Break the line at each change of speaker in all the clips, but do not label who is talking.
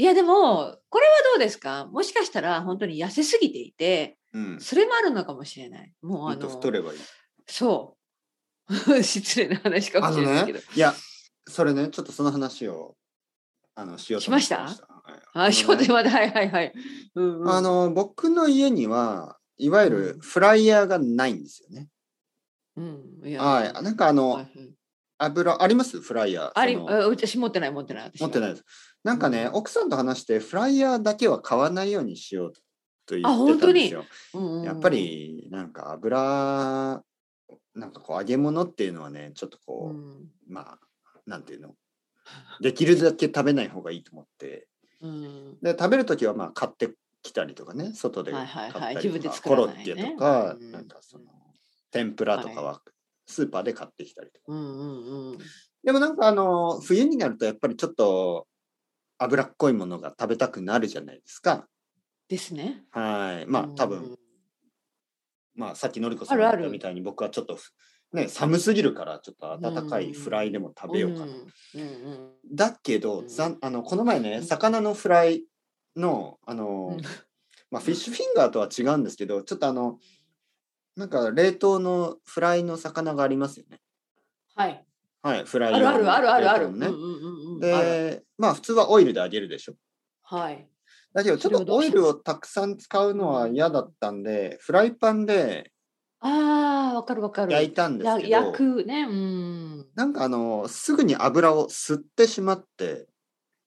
いやでも、これはどうですかもしかしたら本当に痩せすぎていて、
うん。
それもあるのかもしれない。もう
も
あ
っと
の、
太ればいい。
そう。 失礼な話かも
あ
し
の
れないけ
ね
ど。、
いや、それね、ちょっとその話を、あの、しようと思って
しました
はい
あ、仕事まで、はいはいはい。うんうん、
あの、僕の家には、いわゆるフライヤーがないんですよね。
うん、いや
はい。なんかあ
は
の、
い
油、ありますフライヤー。
あり、
その
あ私持ってない持ってない。私
持
は
ってないです。なんかね、
うん
奥さんと話して、フライヤーだけは買わないようにしようと言
あ
ってたんですよ。
うんうん
やっぱ、り、なんか油、なんかこう揚げ物っていうのはね、ちょっと
う
こう、
ん
まあ、なんていうの、できるだけ食べない方がいいと思って、
うん、
で食べる時はまあ買ってきたりとかね外で
は
買
い
った
はい
り
はい自分で
とか、
作
コ
ら
ロ
ない
ッ
ね
ケとか、
うん
なんかその天ぷらとかはスーパーで買ってきたりとか、
うんうんうん。
でもなんかあの冬になるとやっぱりちょっと脂っこいものが食べたくなるじゃないですか
ですね。
はいまあ
うん
多分、まあさっきのりこさん
ある
が
ある
言ったみたいに僕はちょっとふね寒すぎるからちょっと温かいフライでも食べようかな、
うんうん
だけど、
うん
ざんあのこの前ね
うん
魚のフライのあ
う
の、
ん
まあ、フィッシュフィンガーとは違うんですけどちょっとあのなんか冷凍のフライの魚がありますよね
はい。
はいフライ
あるあるあるあるあ
冷
る。
凍のね
うんうんうんうんある
でまあ普通はオイルで揚げるでしょ
はい。
だけどち
そ
ょ
れを
っと
どう
オ
し
イ
ます
ルをたくさん使うのは嫌だったんでフライパンで
ああ、わかるわかる。
焼いたんですけ
や焼
ど
くね。うん。
なんかあのすぐに油を吸ってしまって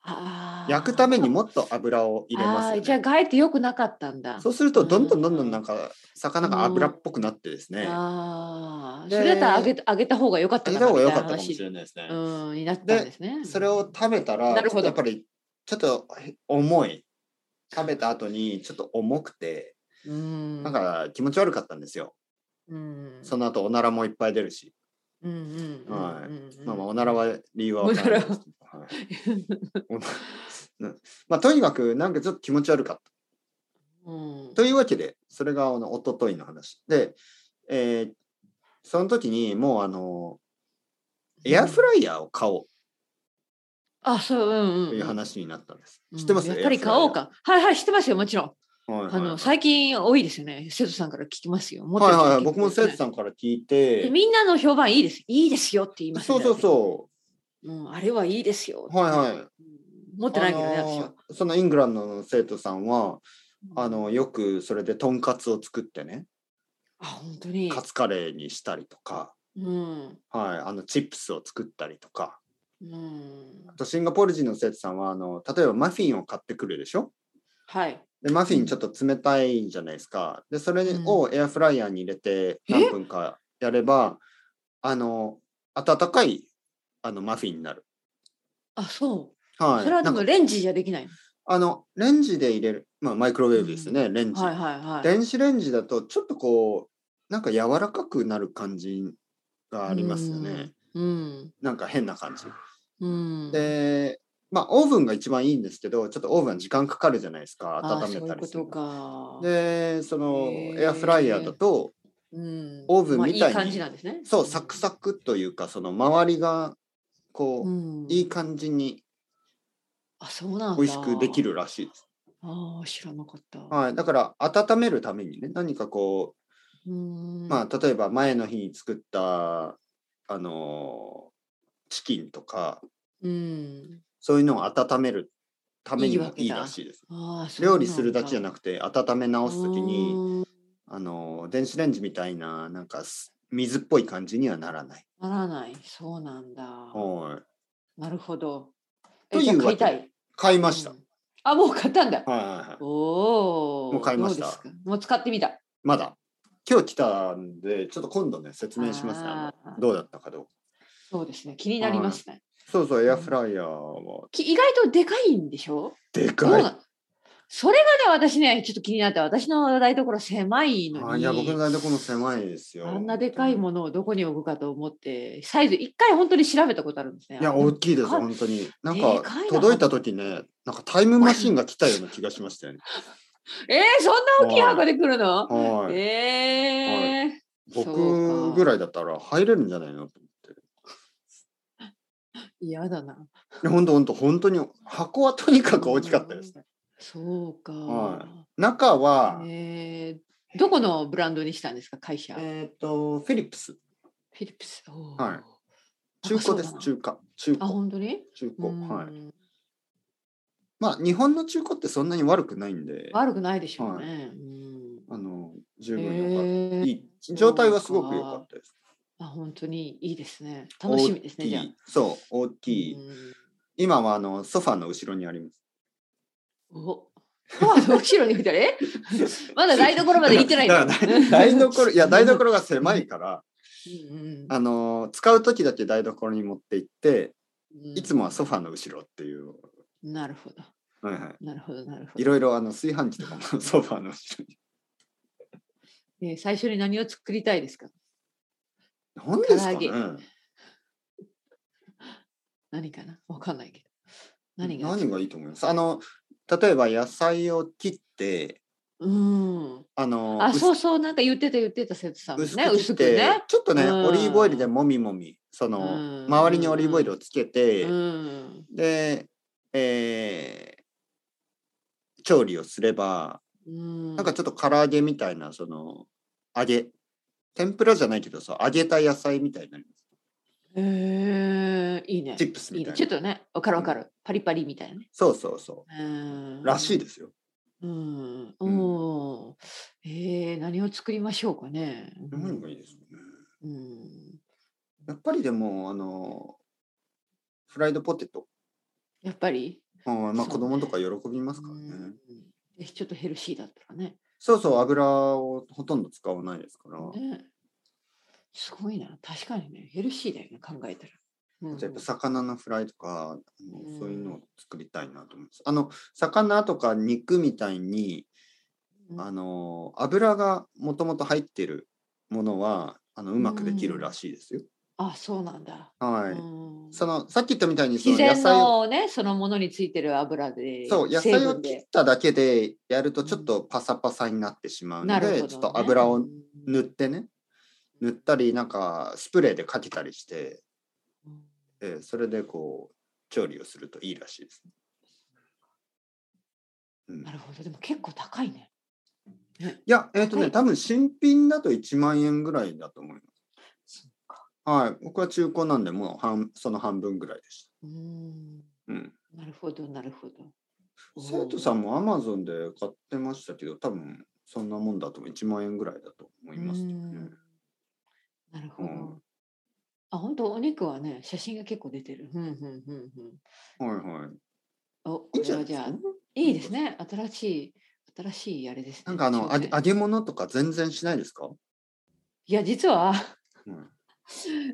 あー
焼くためにもっと油を入れます
あ
よね
ーじゃあ、ガエって良くなかったんだ。
そうするとどんどんどんどんなんか魚が油っぽくなってですね、
ああ、
で
それだったらあげあげた方が良かった
揚げ
かな
た方
み
が
たいな
良かったかもし
話
れないですね。
うんになったんですね。
それを食べたら
なる
ちょ
ほ
っと
ど
やっぱりちょっとへ重い食べた後にちょっと重くて
うん、
なんか気持ち悪かったんですよ、
うん、
その後おならもいっぱい出るし、
うんうんうん
はい
うんうん
まあ、まあおならは理由は分からないですけどはいおななまあとにかくなんかちょっと気持ち悪かった
うん
というわけでそれがあの一昨日の話で、えーその時にもうあのエアフライヤーを買おう
あ、そう、うんうん。
という話になったんです、
うん
知ってます
やっぱり買おう、か。はいはい、知ってますよ、もちろん。
エアフライヤーはい
あ
はいはい
の、最近多いですよね。生徒さんから聞きますよ。持って
は
る
い
人
はいはい、
結構
僕も生徒さんから聞いて
で、みんなの評判いいです。いいですよって言います。
そうそうそう
うん、あれはいいですよ。
う、はいはい。
い。持ってないけどね、
あの
私
ー
は。
そのイングランドの生徒さんは、あ、のよくそれでとんかつを作ってね、
あ、本当に。
カツカレーにしたりとか、
うん。
はい、あのチップスを作ったりとか、
うん
あ。とシンガポール人の生徒さんはあの例えばマフィンを買ってくるでしょ。
はい。
でマフィンちょっと冷たいじゃないですか。でそれをエアフライヤーに入れて
え
何分かやれば、あの温かいあのマフィンになる。
あ、そう。
はい。
それはで
な
も
んか
レンジじゃできないの。
あのレンジで入れる、まあマイクロウェーブですね、レンジ。
はいはいはい。
電子レンジだとちょっとこうなんか柔らかくなる感じがありますよね
うん。
なんか変な感じ
うん。
でまあオーブンが一番いいんですけどちょっとオーブンは時間かかるじゃないですか
あー、
温めたりす
そうい
る
うことか。
でその
へー
エアフライヤーだと
うん、
オーブン
まあ
みたいに
いい感じなんですね。
そうサクサクというかその周りがこう、
うん
いい感じに
あ、そうなんだ。
美味しくでき。るらしいです、
ああ、知らなかった。
はい、だから温めるためにね何かこう
うん。
まあ、例えば前の日に作った、あのーチキンとか
うん。
そういうのを温めるためにも
い
いい
いわけだ
らしいです。
ああ、そう
料理するだけじゃな
く
くて温め直す時に、
に。
あのー電子レンジみたいななんかす水っぽい感じにはならない。
ならない。そうなんだ。
はい
なるほど。
と
えじゃあ
いうわ
買
け
いたい。
買いました。
うんあ、もう買ったんだ。
はいはいはい、
おお。
もう買いました
どうですか。もう使ってみた。
まだ今日来たんでちょっと今度ね説明しますねあ
あ
の
ー
どうだったかどうか。
そうですね。気になりますね。
そうそうエアフライヤーは
き意外とでかいんでしょ
で
どう
かい。
なそれがね、私ね、ちょっと気になって、私の台所狭いの
あ
に。
いや僕の台所も狭いですよ。
あんなでかいものをどこに置くかと思って、サイズ、一回本当に調べたことあるんですね。
いや、大きいです、
か
本当に。なん
で
か
かい、な
届いた時ね、なんかタイムマシンが来たような気がしま したよね。
えー、そんな大きい箱で来るの
はい。
えー
僕ぐらいだったら入れるんじゃないのと思って。
嫌だな。
や本当本当本当に箱はとにかく大きかったですね。
そうか。
は中は、
えーどこのブランドにしたんですか、会社。
えっ、とフィリップス
フィリップス。おー
はい中古です。
あそう
中華中
だなあ、
古
本当に。
中古は
う
い。
ん
まあ日本の中古ってそんなに悪くないんで、
悪くないでしょうね。
は
うん
あの
へ
十分良かった。
ー
いい状態はすごく良かったです。
あ、本当にいいですね。楽しみですね。
大き
じ
い
ゃあ。
そう大きい。
うん
今はあのソファーの後ろにあります。
お。ソファーの後ろに置いたらえまだ台所まで行ってないん
だからだ台 所いや台所が狭いから、
うんうん
あの使う時だけ台所に持って行って、
うん
いつもはソファーの後ろっていう。
なるほど。
はいはい。
なるほど、なるほ
い
ど。
ろいろあの炊飯器とかも ソファーの後ろに。
えー最初に何を作りたいですか
何ですか
唐
ね。
揚何かなわかんないけど。何が
何がいいと思います。あの例えば野菜を切って
うん。
あの
あ、
薄
そうそう、なんか言ってた言ってた、瀬戸さんも
薄
ね。
く切
薄
っ
く
て、
ね。
ちょっとね、
うん
オリーブオイルでもみもみその、
うん
周りにオリーブオイルをつけて、
うん。
で、えー調理をすれば
うん。
なんかちょっと唐揚げみたいなその揚げ天ぷらじゃないけどそう揚げた野菜みたいになります
えー、いいね
チ。ップス
い
み
い
た
ね。
い
ち
な
ょっとね、わかるわかる。パリパリみたいなね。
そうそうそ
うん。
うらしい
で
ですよ
うん。
うん
おーえー、何を作りましょうかね。
何がいいですかね
うん。
やっぱりでもあのフライドポテト
やっぱり
うんまあ
そうね
子供とか喜びますから
う
ね
んえちょっとヘルシーだったらね。
そうそう油をほとんど使わないですから
ねすごいな。確かにね、ヘルシーだよね、考えたら。うん
やっぱ魚のフライとか、あの
うん
そういうのを作りたいなと思います。あの魚とか肉みたいに、
うん
あの油がもともと入ってるものはあのうまくできるらしいですよ。
あ、そうなんだ。
はい。
うん
そのさっき言ったみたいにそ
自
の野
然
菜を
のね、そのものについてる油で、
そう野
成
菜を
分
切っ
で
ただけでやるとちょっとパサパサになってしまうの
な
で、
るほど、ね。
ちょっと油
う
を
ん
塗ってね塗ったりなんかスプレーでかけたりして、えーそれでこう調理をするといいらしいです、ね。うん
なるほど、でも結構高いね。
いや、えっ、とね、
はい
多分新品だと1万円ぐらいだと思います。はい、僕は中古なんで、もう半その半分ぐらいでし
うん。
た。うん。
なるほど、なるほど。
生徒さんも Amazon で買ってましたけど、多分そんなもんだと思う1万円ぐらいだと思いますけど
う
ね
ん。なるほど。
うん
あ、本当お肉はね、写真が結構出てる。うんうんうんうん。
はいはい。
お、
い
こ
いんじ
れ
ゃな
はいじゃ
ですか、
あ
ね、。
いいですね。新しい、新しいあれですね。
なんかあの、
商
あ
品
げ揚げ物とか全然しないですか、
いや、実は、
うん、はい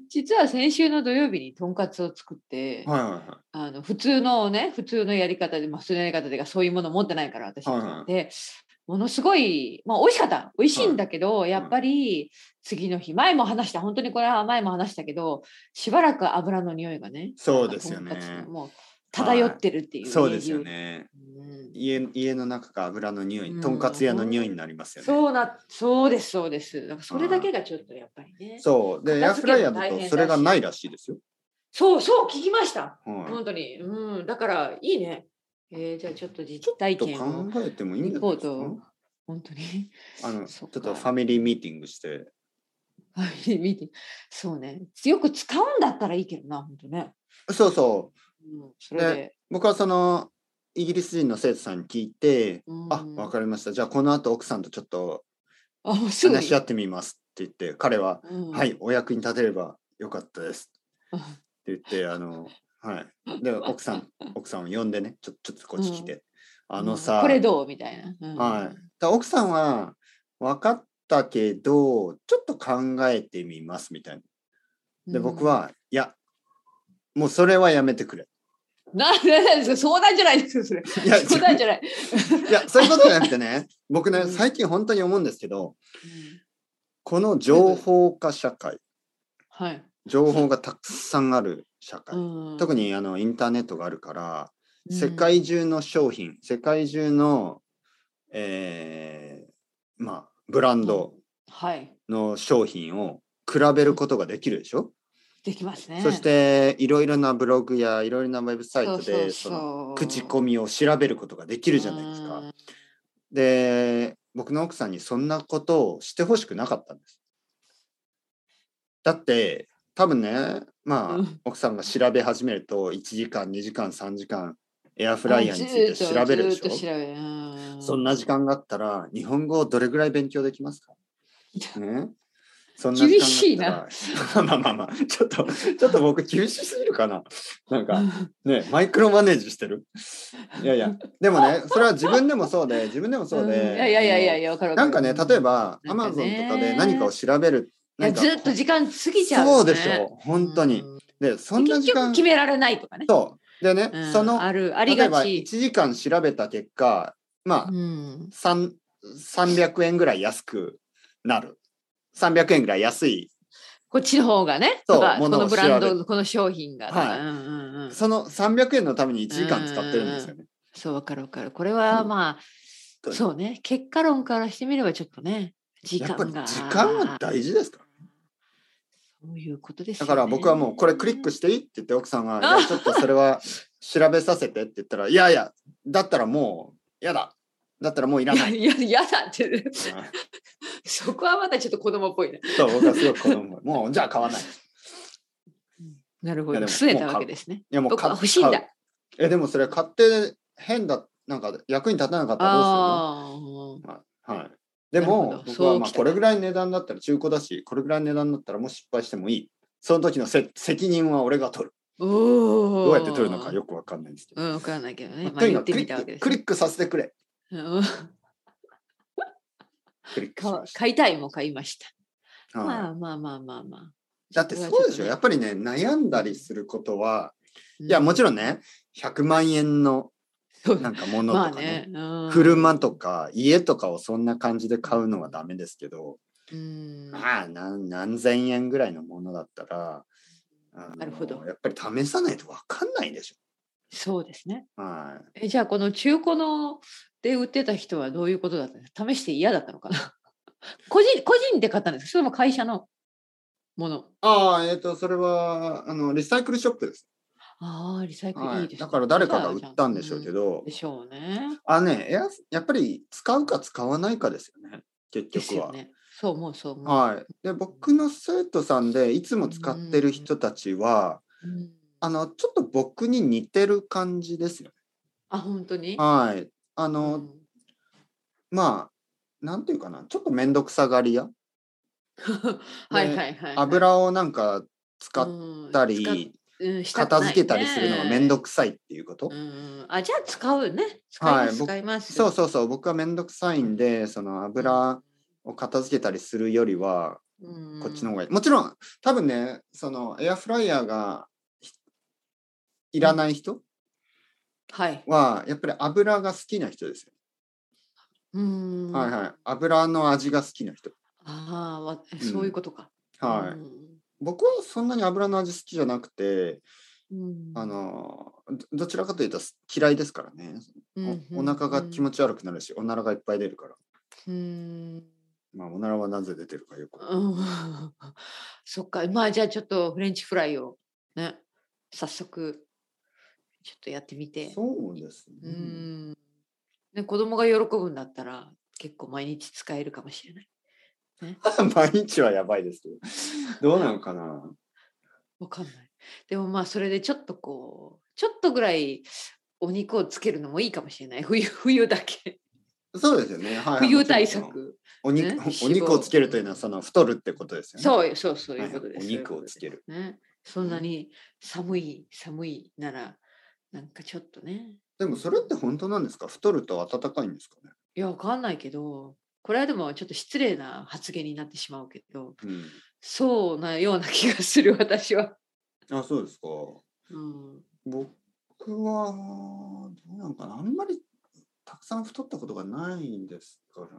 実は先週の土曜日にとんかつを作って、
はいは
あの普通のね、普通のやり方で、まあ、普通のやり方でそういうもの持ってないから、私
はいはい
で、ものすごい、まあ、美味しかった。美味しいんだけど、やっぱり次の日、前も話した、本当にこれは前も話したけど、しばらく油の匂いがね、
い。そうですよ
とんかつ
ね
の。もう漂ってるっていう、
そうですよ
家中。
ね。
うん
家家の中が油の匂
う
い、
ん
とんかつ屋の匂いになりますよね。
そうな、そうです、そうです。だからそれだけがちょっとやっぱりね。
そう。で、エア
片
フ
付け
ラ
も
イヤーだ
大変
と
だし
それがないらしいですよ。
そう、そう、聞きました。
は
本当に。うん、だからいいね。えー、じゃあちょっと実体
い。ちょ
験を
っと考えてもいいんじ
行こ
ゃないうですか
と。。本当に。
あの、ちょ
そ
っ
っか
とファミリーミーティングして。
はい、見て。そうね。よく使うんだったらいいけどな、本当ね。
そうそう。
うん、それで。
僕はその、イギリス人の生徒さんに聞いて、あ、わか
る。
りました。じゃあこの後奥さんとちょっと
あ、もうすぐに。
話し合ってみますって言って、彼は、
うん
はい、。お役に立てればよかったです
うん
って言って、あの、はい。で、奥さん、奥さんを呼んでね、ちょちょっとこっち来て。あのさ、
これどうみたいな。うん
はい。だ奥さんは分かったけどちょっと考えてみますみたいな。で僕。は、いやもうそれはやめてくれ。
うんな、なんですか相談じゃないですよ、それ。
いや
相談じゃない。
いやそういうことじゃなくてね僕ね
うん
最近本当に思うんですけどこの情報化社会
はい。
情報がたくさんある社会、特
に
にあのインターネットがあるから、世界中の商品世界中の、えーまあ、ブランド
はい。
の商品を比べることができるでしょ、
できますね。
そしていろいろなブログやいろいろなウェブサイ
そう
ト
そうそう、
でその口コミを調べることができるじゃないです
う
か
ん。。
で僕の奥さんにそんなことをしてほしくなかったんです。だって多分ねまあ、
うん
奥さんが調べ始めると1時間2時間3時間エアフライヤーについて
ずーっ
調
と
べるで
ずーっと
し
調
ょ。
べるうん
そんな時間があったら日本語をどれぐらい勉強でき ますか、ね、そん
厳しいな
時間があったら まあまあまあちょっとちょっと僕厳しすぎるかななんかねマイクロマネージしてる いやいやでもねそれは自分でもそうで自分でもそうで、
んいやいやいやいやいや、わかるわ
な
る
んかね例え
ば、
ばア
な
マ
ん
ゾ
か
ンと
ね
かで何かを調べる
いや
なんか
ずっと時間過ぎちゃう、
そうでしょ本当に、
うん
でそんな
結
時
局
間
決められないとかね。
そうでね、
うん
その
あるあり
例え
が
ば1
ち。
時間調べた結果まあ
うん
3 300円ぐらい安くなる300円ぐらい安い
こっちの方がね、
そう
とかこ
物を
のブラン
調べ
ド、この商品がとか。
はい
うんうんうん
その300円のために1時間使ってるんですよね。
そう、わかるわかる。これは
うん
まあ、そうね、結果論からしてみればちょっとね、時
や
間
っぱり
が。
時間は大事ですから
そういうことですよ
だ
ね
から僕はもうこれクリックしていいって言って奥さ んが「いやちょっとそれは調べさせて」って言ったら「いやいやだったらもうやだだったらもういら
い
な
や
い」
いや嫌だって、 そこはまたちょっと子供っぽいね。
そう僕はすごく子供もうじゃあ買わないい
なるほ
いや
ど。
でも
拗ねたわけですね。
やもう
僕
買
は欲しいんだ
買。うえでもそれ買って変だなんか役に立たなかったらどう
ああ。
するの、はいはい、で
なる
も
ほど
僕
そ
はま
う
あ
きた
これぐらいの値段だったら中古だしこれぐらいの値段だったらもう失敗してもいいその時のせ責任は俺が取る
おお。
どうやって取るのかよくわかんないんですけど、
うん、わからないけどね。
まあ
まあ、
とに
言
か
っ
く
て
クリ
みたわけ
ッ
で
ク
すね。
クリックさせてくれ
うん
クリックし
か
ました
買いたいも買いました。
はい
まあまあまあまあまあ。
だってそうでしょ、やっぱりね悩んだりすることは、いやもちろんね100万円の
ろ
なんかもの
まあ
とかね,、
ね。うん
車とか家とかをそんな感じで買うのはダメですけど、
うん
まあ何何千円ぐらいのものだったらあの
なるほど
やっぱり試さないと分かんないでし
そうですね。
ょ。はい
えじゃあこの中古ので売ってた人はどういうことだったんですか試して嫌だったのかな 個人個人で買ったんですかそれとも会社のもの
ああ、えっ、と、それは、あの、リサイクルショップです。
ああリサイクル
はいい
いですね、
だから誰かが売ったんでしょうけ
ど、
ど
で、しょうね。
あね、エアやっぱり使うか使わないかですよね、結
です
局は。
よね。そう思うそう思う。
はい、で僕の生徒さんでいつも使ってる人たちは、
うん
あのちょっと僕に似てる感じですよね。
あ本当に
はい、あ
う
の、
ん
まあなんていうかなちょっと面倒くさがり屋
はいはいはい。
油をなんか使っ
った
り、片付けたりするのが面倒くさいっていうこと、
うん、あじゃあ使うね。使い
はい
ます、
僕
使います。
そうそうそう僕は面倒くさいんでその油を片付けたりするよりは
うん
こっちの方がいい。もちろん、多分ね、そのエアフライヤーがひいらない人
はい。
は、やっぱり油が好きな人ですよ。
うん。
はいはい。油の味が好きな人。
ああわ
ん
そういうことか。
は
う
い。
ん
僕はそんなに油の味好きじゃなくて、
うん
あの、どどちらかというと嫌いですからね。おお腹が気持
ち。
ち悪くなるし、おならがいっぱい出るから。
うん。
まあ、おならはなぜ出てるかよく。
うんそっか。まあじゃあちょっとフレンチフライをね早速ちょっとやってみて。
そうです
う
ね。
ん。ね子供が喜ぶんだったら結構毎日使えるかもしれない。
毎日はやばいですけど。どうなのかな
わかんない。でもまあそれでちょっとこうちょっとぐらいお肉をつけるのもいいかもしれない冬冬だけ
そうですよね。はい、
冬対
もちろん
策
お
ね
肉、お
脂
肉
肪
をつけるというのはその太るってことですよね。
そうよそうそうい
は
う
い
ことです、
お肉をつける
そういうことですねそんなに寒い寒いならなんかちょっとね
でもそれって本当なんですか太ると暖かいんですかね。
いやわかんないけどこれはでもちょっと失礼な発言になってしまうけどそうなような気がする私は、
うん、あそうですか。
うん、
僕はどうなのかなあんまりたくさん太ったことがないんですからね。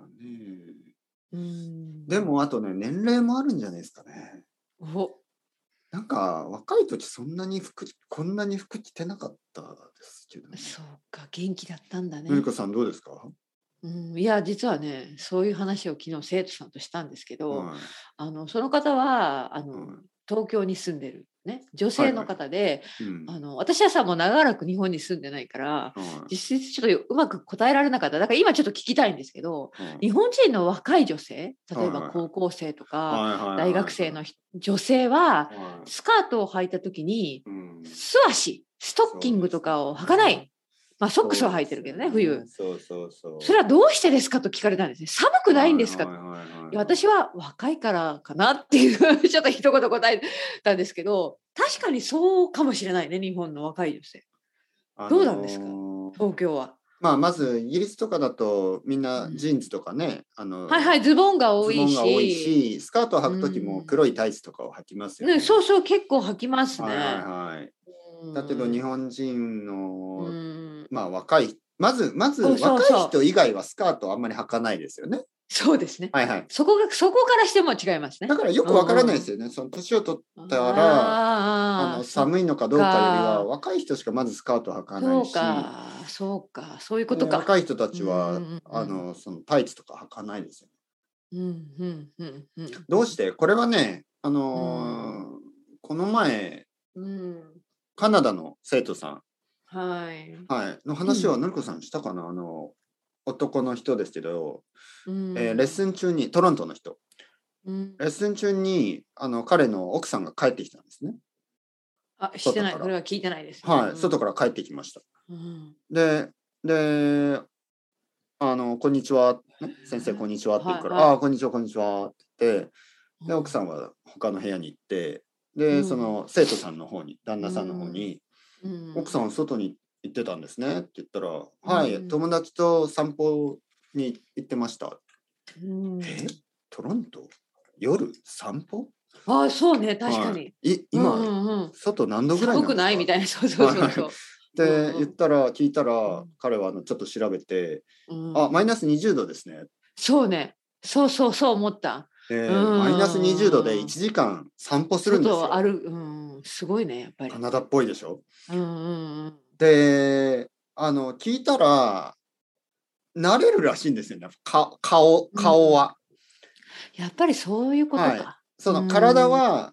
うん
でもあとね年齢もあるんじゃないですかね。
お
なんか若い時そんなに服こんなに服着てなかったですけど、ね。
そうか元気だったんだね
のりこさんどうですか、
うん、いや実はねそういう話を昨日生徒さんとしたんですけど、
はい
あのその方はあの、
うん
東京に住んでるね、女性の方で、
うん
あの私はさもう長らく日本に住んでないから
はい
実質ちょっとうまく答えられなかっただから今ちょっと聞きたいんですけど
はい
日本人の若い女性例え
はいは
ば
い
高校生とか
はいはいはい
大学生のひ女性は
は
スカートを履いた時に
いうん
素足ストッキングとかを履かな
そうです
い、まあ、ソックスは履いてるけどね冬。
そうそうそう。
それはどうしてですかと聞かれたんですね寒くないんですか、
はいはいはいはい
いや私は若いからかなっていうちょっと一言答えたんですけど確かにそうかもしれないね日本の若い女性どうなんですか
あのー
東京は。
まあまずイギリスとかだとみんな
うん
ジーンズとかね、あの
はいはいズボンが多
ズボ
い
ン
し
が多いしスカートを履く時も黒いタイツとかを履きますよね。
ね、そうそう結構履きますね。
はいはいはい。
うん
だけど日本人の、
うん
まあ若いまずまず
そうそう
若
そう
い人以外はスカートあんまり履かないですよね。
そうですね。
はいはい。
そこがそこからしても違いますね。
だからよくわからないですよね。その年を取ったら
あー
あの寒いのかどうかよりは若い人しかまずスカート履かない
そう
し。
か、そうか、そういうことか。
若い人たち
う
は、
んうんうん
あのそのタイツとか履かないですよ。
うんうんうんうん。
どうしてこれはね、あのーこの前
うん、
カナダの生徒さん、
はい。
はい、の話はのりこさんしたかな、あの男の人ですけど、
うん
えーレッスン中にトロントの人
うん
レッスン中にあの彼の奥さんが帰ってきたんですね。
あ、してない。
外から
これは聞いてないです。
はい、
うん
外から帰ってきました。
うん
でであの「こんにちは、ね先生こんにちは」って言うから「
はいはい
ああこんにちはこんにちは」って言って。で奥さんは他の部屋に行って
う
で、
ん
その生徒さんの方に旦那さんの方に「奥さ
ん。
ん外に行ってたんですね」って言ったら「はい、
うん
友達と散歩に行ってました」
うん
えトロント夜散歩
あ、そうね、確かに。
い今、
うんうんうん
外何度ぐらい
寒くないみた
い
いな、そうそうそうそう。
って言ったら聞いたら、
うん
彼はあのちょっと調べて「
うん
あマイナス20度ですね」
そうね、そうそうそう思った。
で
うん
マイナス20度で1時間散歩するんです
外を
よ。
歩く、うん、すごいね、やっぱり
カ。ナダっぽいでしょ
うんうんうん。
であの聞いたら慣れるらしいんですよねか顔顔は、
やっぱりそういうこと
はい
か。
そうの
ん
体は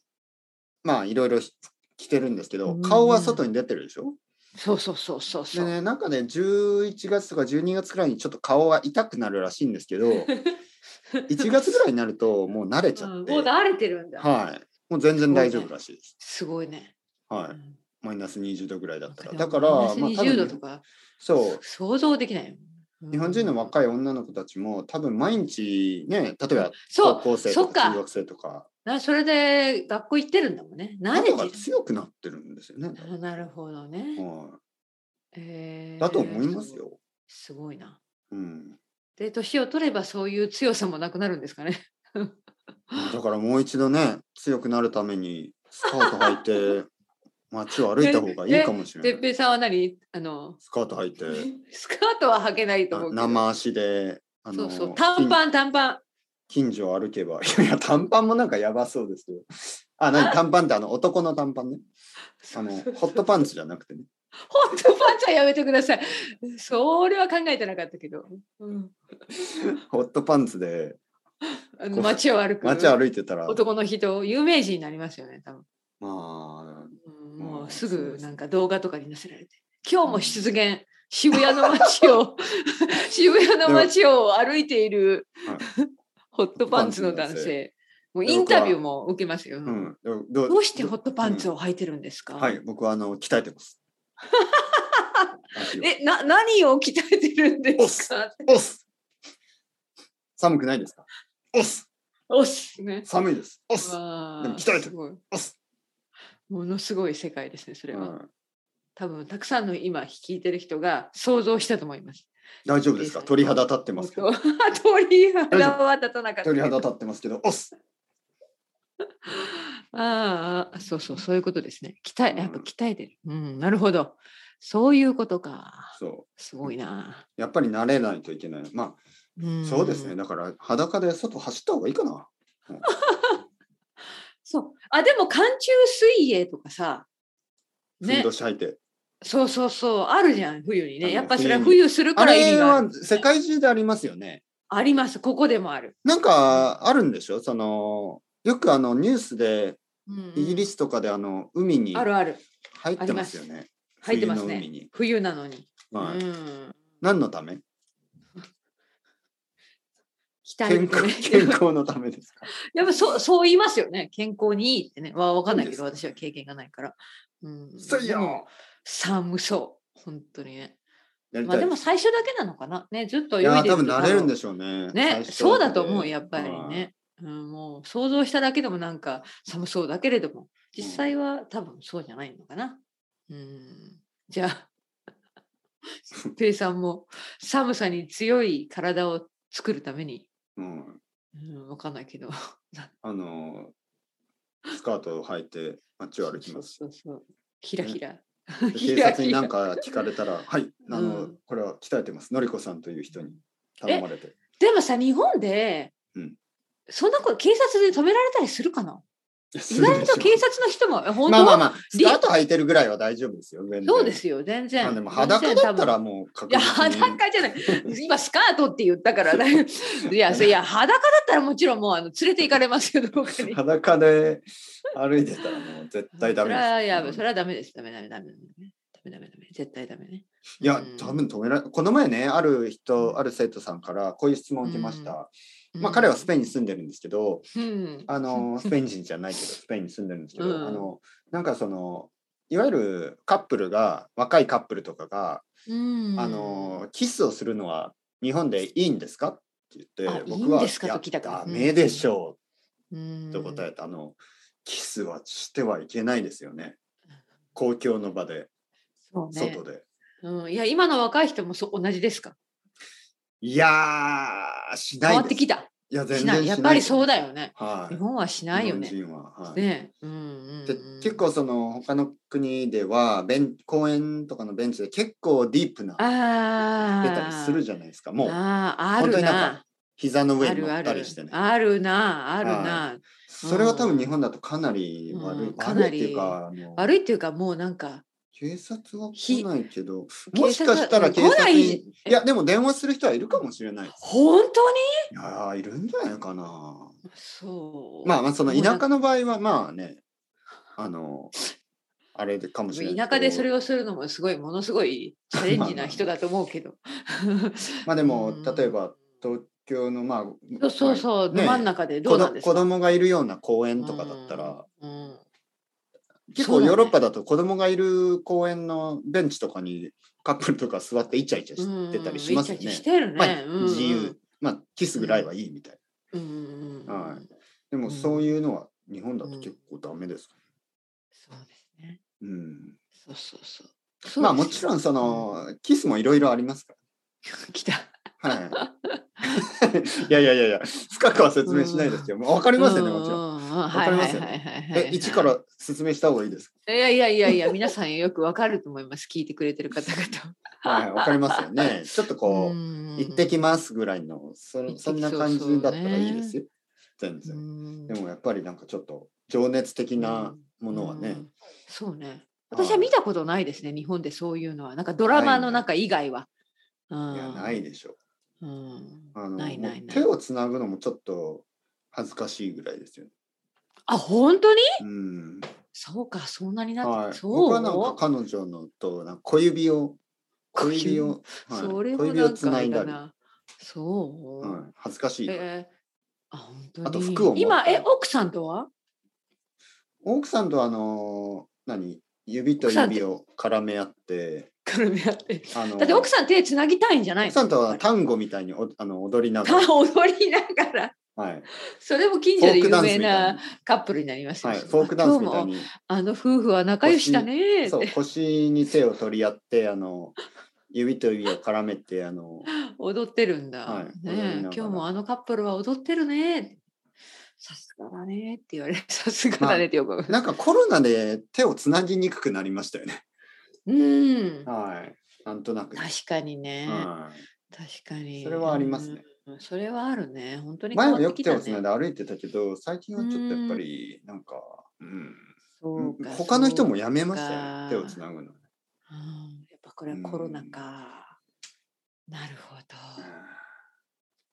まあいろいろひ着てるんですけ
う
ど
ん
顔は外に出てるでしょ
そうそうそうそうそ
で
う。
ねなんかね11月とか12月くらいにちょっと顔は痛くなるらしいんです けど1月ぐらいになるともう慣れちゃ
うん
っ
も
て、
う慣れてるんだ。
はいもう全然大丈夫らしいです、
すごいね。
は
う
い
ん
マイナス20度ぐらいだったら
でも
だから
マイナス
まあ多
20度と
分
か
そう
想像できないよ。
日本人の
い
若い女の子たちも多分毎日ね例えば
そ
高
う
校生
そ
と
っ
か
か
中学生とか
なそれで学校行ってるんだもんね。慣れ
肌が
て
強くなってるんですよね、
る。あなるほどね。
は
え
い、
ー
だと思います。よ、
すごいな。
うん、
で年を取ればそういう強さもなくなるんですかね。
だからもう一度ね強くなるためにスカート履 いて街を歩いた方がいいかもしれ
哲
ない
平さんは何あの
スカート履いて
スカートは履けないと
な
思うけど。
生足であ
そ
の
うそう短パン短パン。
近近所を歩けば いやいや短パンもなんかやばそうですよあ何短パンってあの男の短パンねあのホットパンツじゃなくてね
本当パンチはやめてください。それは考えてなかったけど。うん、
ホットパンツで
あの街を歩く
街歩いてたら
男の人有名人になりますよね多分。
まあ、
うん
うん
もうす
そうで
ぐ
す
なんか動画とかに載せられて「今日も出現、渋谷の街 を渋谷の街を歩いている、 ホットパンツの男性」もうインタビューも受けますよ。
うん、でもど
どうしてホットパンツを履いてるんですか、
うんはい、僕はあの鍛え てます。足を
えな何を鍛えてるんですか
押す。寒くないですか。押す。
おっすね。
寒いです。押す。
わあ
でも鍛えてる
すごい
押す。
ものすごい世界ですねそれ
う
は、
ん
多分たくさんの今聞いてる人が想像したと思います。
大丈夫ですか。鳥肌立ってますけど。
鳥肌は立たなかったけ
鳥
ど。
肌立ってますけど、押す。
ああ、そうそう、そういうことですね。鍛
うん
え、やっぱ鍛えてる。うん、なるほど。そういうことか。
そ
すごいな。
う。やっぱり慣れないといけない。まあ、
ん
そうですね。。だから裸で外走った方がいいかな。
そう。あ、でも、寒中水泳とかさ。
ふん
ね
ど。し履いて。
そうそうそう。あるじゃん、冬に
あ
ね。
の
やっぱそれは
冬
冬する
あ
から意味
れ
がある
は世界中でありますよね。
あります。ここでもある。
なんかあるんでしょそのよくあのニュースで
うんうん
イギリスとかであの海に
あるある。
入ってますよね。
入ってます
冬の海
ね。
に。
冬なのに。
はい。
うん。
何の ため？
鍛え
健
てね
康健康のためですか。
やっぱそうそう言いますよね。健康にいいってね。わわかんないけど、
そうです
私は経験がないから。うん、
そう
でも
よ。
寒そう。本当にね。
やり
まあ
た
で
い
も。最初だけなのかな。ね、ずっと
い
泳いで
や
ると
多分慣れるんでしょうね。
ね、
最初
そうだと思う、やっぱり。
はい
ね。うん、もう想像しただけでもなんか寒そうだけれども、実際は多分そうじゃないのかな。うん、じゃあ、ペイさんも寒さに強い体を作るために、
うん。
うん、わかんないけど。
あのスカートを履いて街を歩き ます。
そうそうそう。ひらひら。
警察に何か聞かれたら、 はい、あの、
うん
これは鍛えてます。のりこさんという人に頼まれて。
でもさ、日本で、
うん
そんなこと警察で止められたりするかな意外と警察の人も、え本当
まあまあまあ、ス
リ
カート履いてるぐらいは大丈夫ですよ。全然
そうですよ、全
まあ
然。
でも裸だったらもう
い
確
や
実に。
裸じゃない今スカートって言ったからねいやそいや裸だったらもちろんもうあの連れて行かれますよ どこかに
裸で歩いてたらもう絶対ダメ
それはやば
で
い
す。
それはダメですダメダメダメダメダメダメダメ絶対ダメね
いや
うん、
多分止められこの前ね、ある人、ある生徒さんからこういう質問を受けました。まあ彼はスペインに住んでるんですけど、
うん
あのスペイン人じゃないけ ど、スペインに住んでるんですけど、
うん
あのなんかその、いわゆるカップルが、若いカップルとかが、
うん
あのキスをするのは日本でいいんですかって言って
あ、
僕は、
いいんですか
いや
と聞いたから
ダメでしょ
うん
うと答えた。あの、キスはしてはいけないですよね。公共の場で、
そうね
外で。
うんいや今の若い人もそう同じですか
いやー、しない
変わ
です。
ってきた
いや、全然
し
しな
ないいやっぱりそう
だ。
だよね
は
日本はしないよ
日
ね
本人は。はい
ねうんうんうん
で結構その他の国ではベン公園とかのベンチで結構ディープな
あ
出
あ
たりするじゃないですかもう
あああ
本
る
当になん
な
か膝の上
あ
に
る
乗
あ
った
る
りしてね
あるなあるな、
それは多分日本だとかなり悪い、
うんか
悪
ない
って
り
いうかあの
悪いっていうかもうなんか
警察は
ひ
来ないけどもしかしたら
警
警
察が
察に
来ない
いやでも電話する人はいるかもしれないい
本当に
やーいるんじゃないかな
そう
まあまあその田舎の場合はまあねあのあれでかもしれないけど
田舎でそれをするのもすごいものすごいチャレンジな人だと思うけど
まあでも
うん
例えば東京のまあ
そうそうそう、
ね
ど真ん中でど
子
う
ど
なんです
子
か
供がいるような公園とかだったら、
うんうん
結
そう
構
だね
ヨーロッパだと子供がいる公園のベンチとかにカップルとか座ってイチャイチャしてたりしますよ
うんイチャイチャ
ね
し。てるね、
まあ
うんうん
自由、まあキスぐらいはいいみたい。
うんうんうん
はいでもそういうのは日本だと結構ダメですか
そうですね
ら、うん
そうそうそうそう
まあもちろんその、キスもいろいろありますか
来た
ら。 はい。いやいやいやいや、深くは説明しないですけど、わかりますよね、もちろん。
ん。わ
かりますよねえ、一か。
はいはいはいはい
ら説明した方がいいですか
いやいやいやいや、皆さんよくわかると思います。聞いてくれてる方々。
はい、わかりますよね。ちょっとこう、行ってきますぐらいのそ
行っ
の
てき
そんな感じだったらいいですよ。全
う
然。
ん。
でもやっぱりなんかちょっと情熱的なものはね、
うん。そうね。
はい
私は見たことないですね。日本でそういうのは、なんかドラマの中以外は。
いや
や
ない。でしょ
うん
う。あの
ないない
もう
ない
手。をつなぐのもちょっと恥ずかしいぐらいですよね。
あ、本当に。
うん。
そうか、そんなにな
は
っ
い。
て。
僕
そ
はなんか
う。
彼女のとなんか小指を小指を、はい、
それも
小指
な
を
ん
つ
かあ
な
れ
いだ
だ
り、
な。そう。
はい、恥ずかしいから、
えーあ本当に
あと服を持って
今え奥さんとは
奥さんとあの何指と指を絡め合って、
絡み合って
あの
だって奥さん手つなぎたいんじゃない
奥さんとは
た
単語みたいにおあの踊りながら、
踊りながら
はい、
それも近所で有名なカップルになりますよ
はい、フォークダンスみたい
今日も
に、
あの夫婦は仲良しだね
そう
って
腰に手を取り合って、あの指と指を絡めて、あの
踊ってるんだ、
はい踊りなが
ねえ
ら
今日もあのカップルは踊ってるねさすがだねって言われ るさすがだねってよく、
なんかコロナで手をつなぎにくくなりましたよね。
うん
はい、なんとなく。
確かにね、
は
確かに
それはありますね
うんそれはあるね本当
い、
に
前
変わ
は
っ
よ
て
く
き
手
た
をつない
ね
で歩いてたけど、最近はちょっとやっぱりなんか、うん、
そうか
他の人もやめました
そう
よ
か
ね、手をつなぐの。
うんやっぱこれはコロナか。なるほど。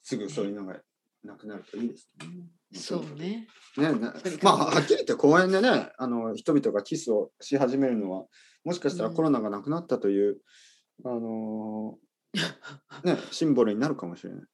すぐそういうのがなくなるといいですね。
そうね。
ね な
それ
まあはっきり言って公園でねあの人々がキスをし始めるのはもしかしたら
うん
コロナがなくなったという、あの ーね、シンボルになるかもしれない。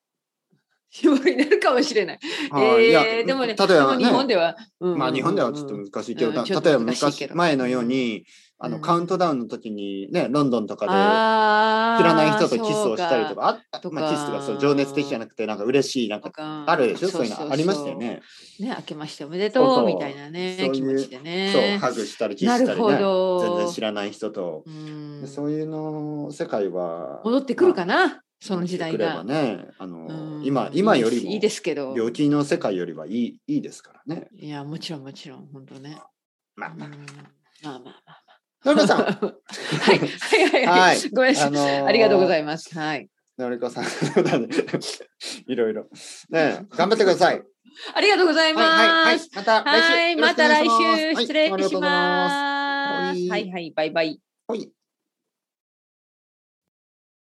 絞りになるかもしれない。
はいいや
えーでもね、
例えばね
日本では、うんうんうんうん
まあ日本ではちょっと難しいけど、
うん
た
ちょっと
例えば
難しいけ
昔
ど
前のように、あ
う
の
ん
カウントダウンの時にねロンドンとかで
あー
知らない人とキスをしたりとか、あ
とか
まあ、キスとかそう情熱的じゃなくてなんか嬉しいなん
そう
か
か。
あるでしょ
そ
そうう
そ
いうう
そう
のありましたよね。
ね、明けましておめでとう
そうそう
みたいなね、
そういう
気持ちで
そう
ね。
ハグしたりキスした
な
り
るほ
ね
ど
全然知らない人と、
うん
そういうの世界は
戻ってくるか
な、
な、その時代
戻
が。
ってくればねあの、
うん
今今より
いいですいい
も
ですけど。
病気の世界よりはいいいいですからね。
いや、もちろんもちろん、本当ね。
まあ
うん
ま
ま
あ
あまあまあ。
のりこさ ん
はいはいは。
はいい
ごめんなさい。
のー
ありがとうございます。はい。
のりこさん、 そうだね。いろいろ。ねえ、頑張ってくださ い。
ありがとうござい
は
ま
い
す。、
また来週
はい、
よろ
ま
しくお
た
願い
来
します。
週失礼
はいありがと
し
うござい
ます。
はい
はいはい、バイバイ。
ます。はい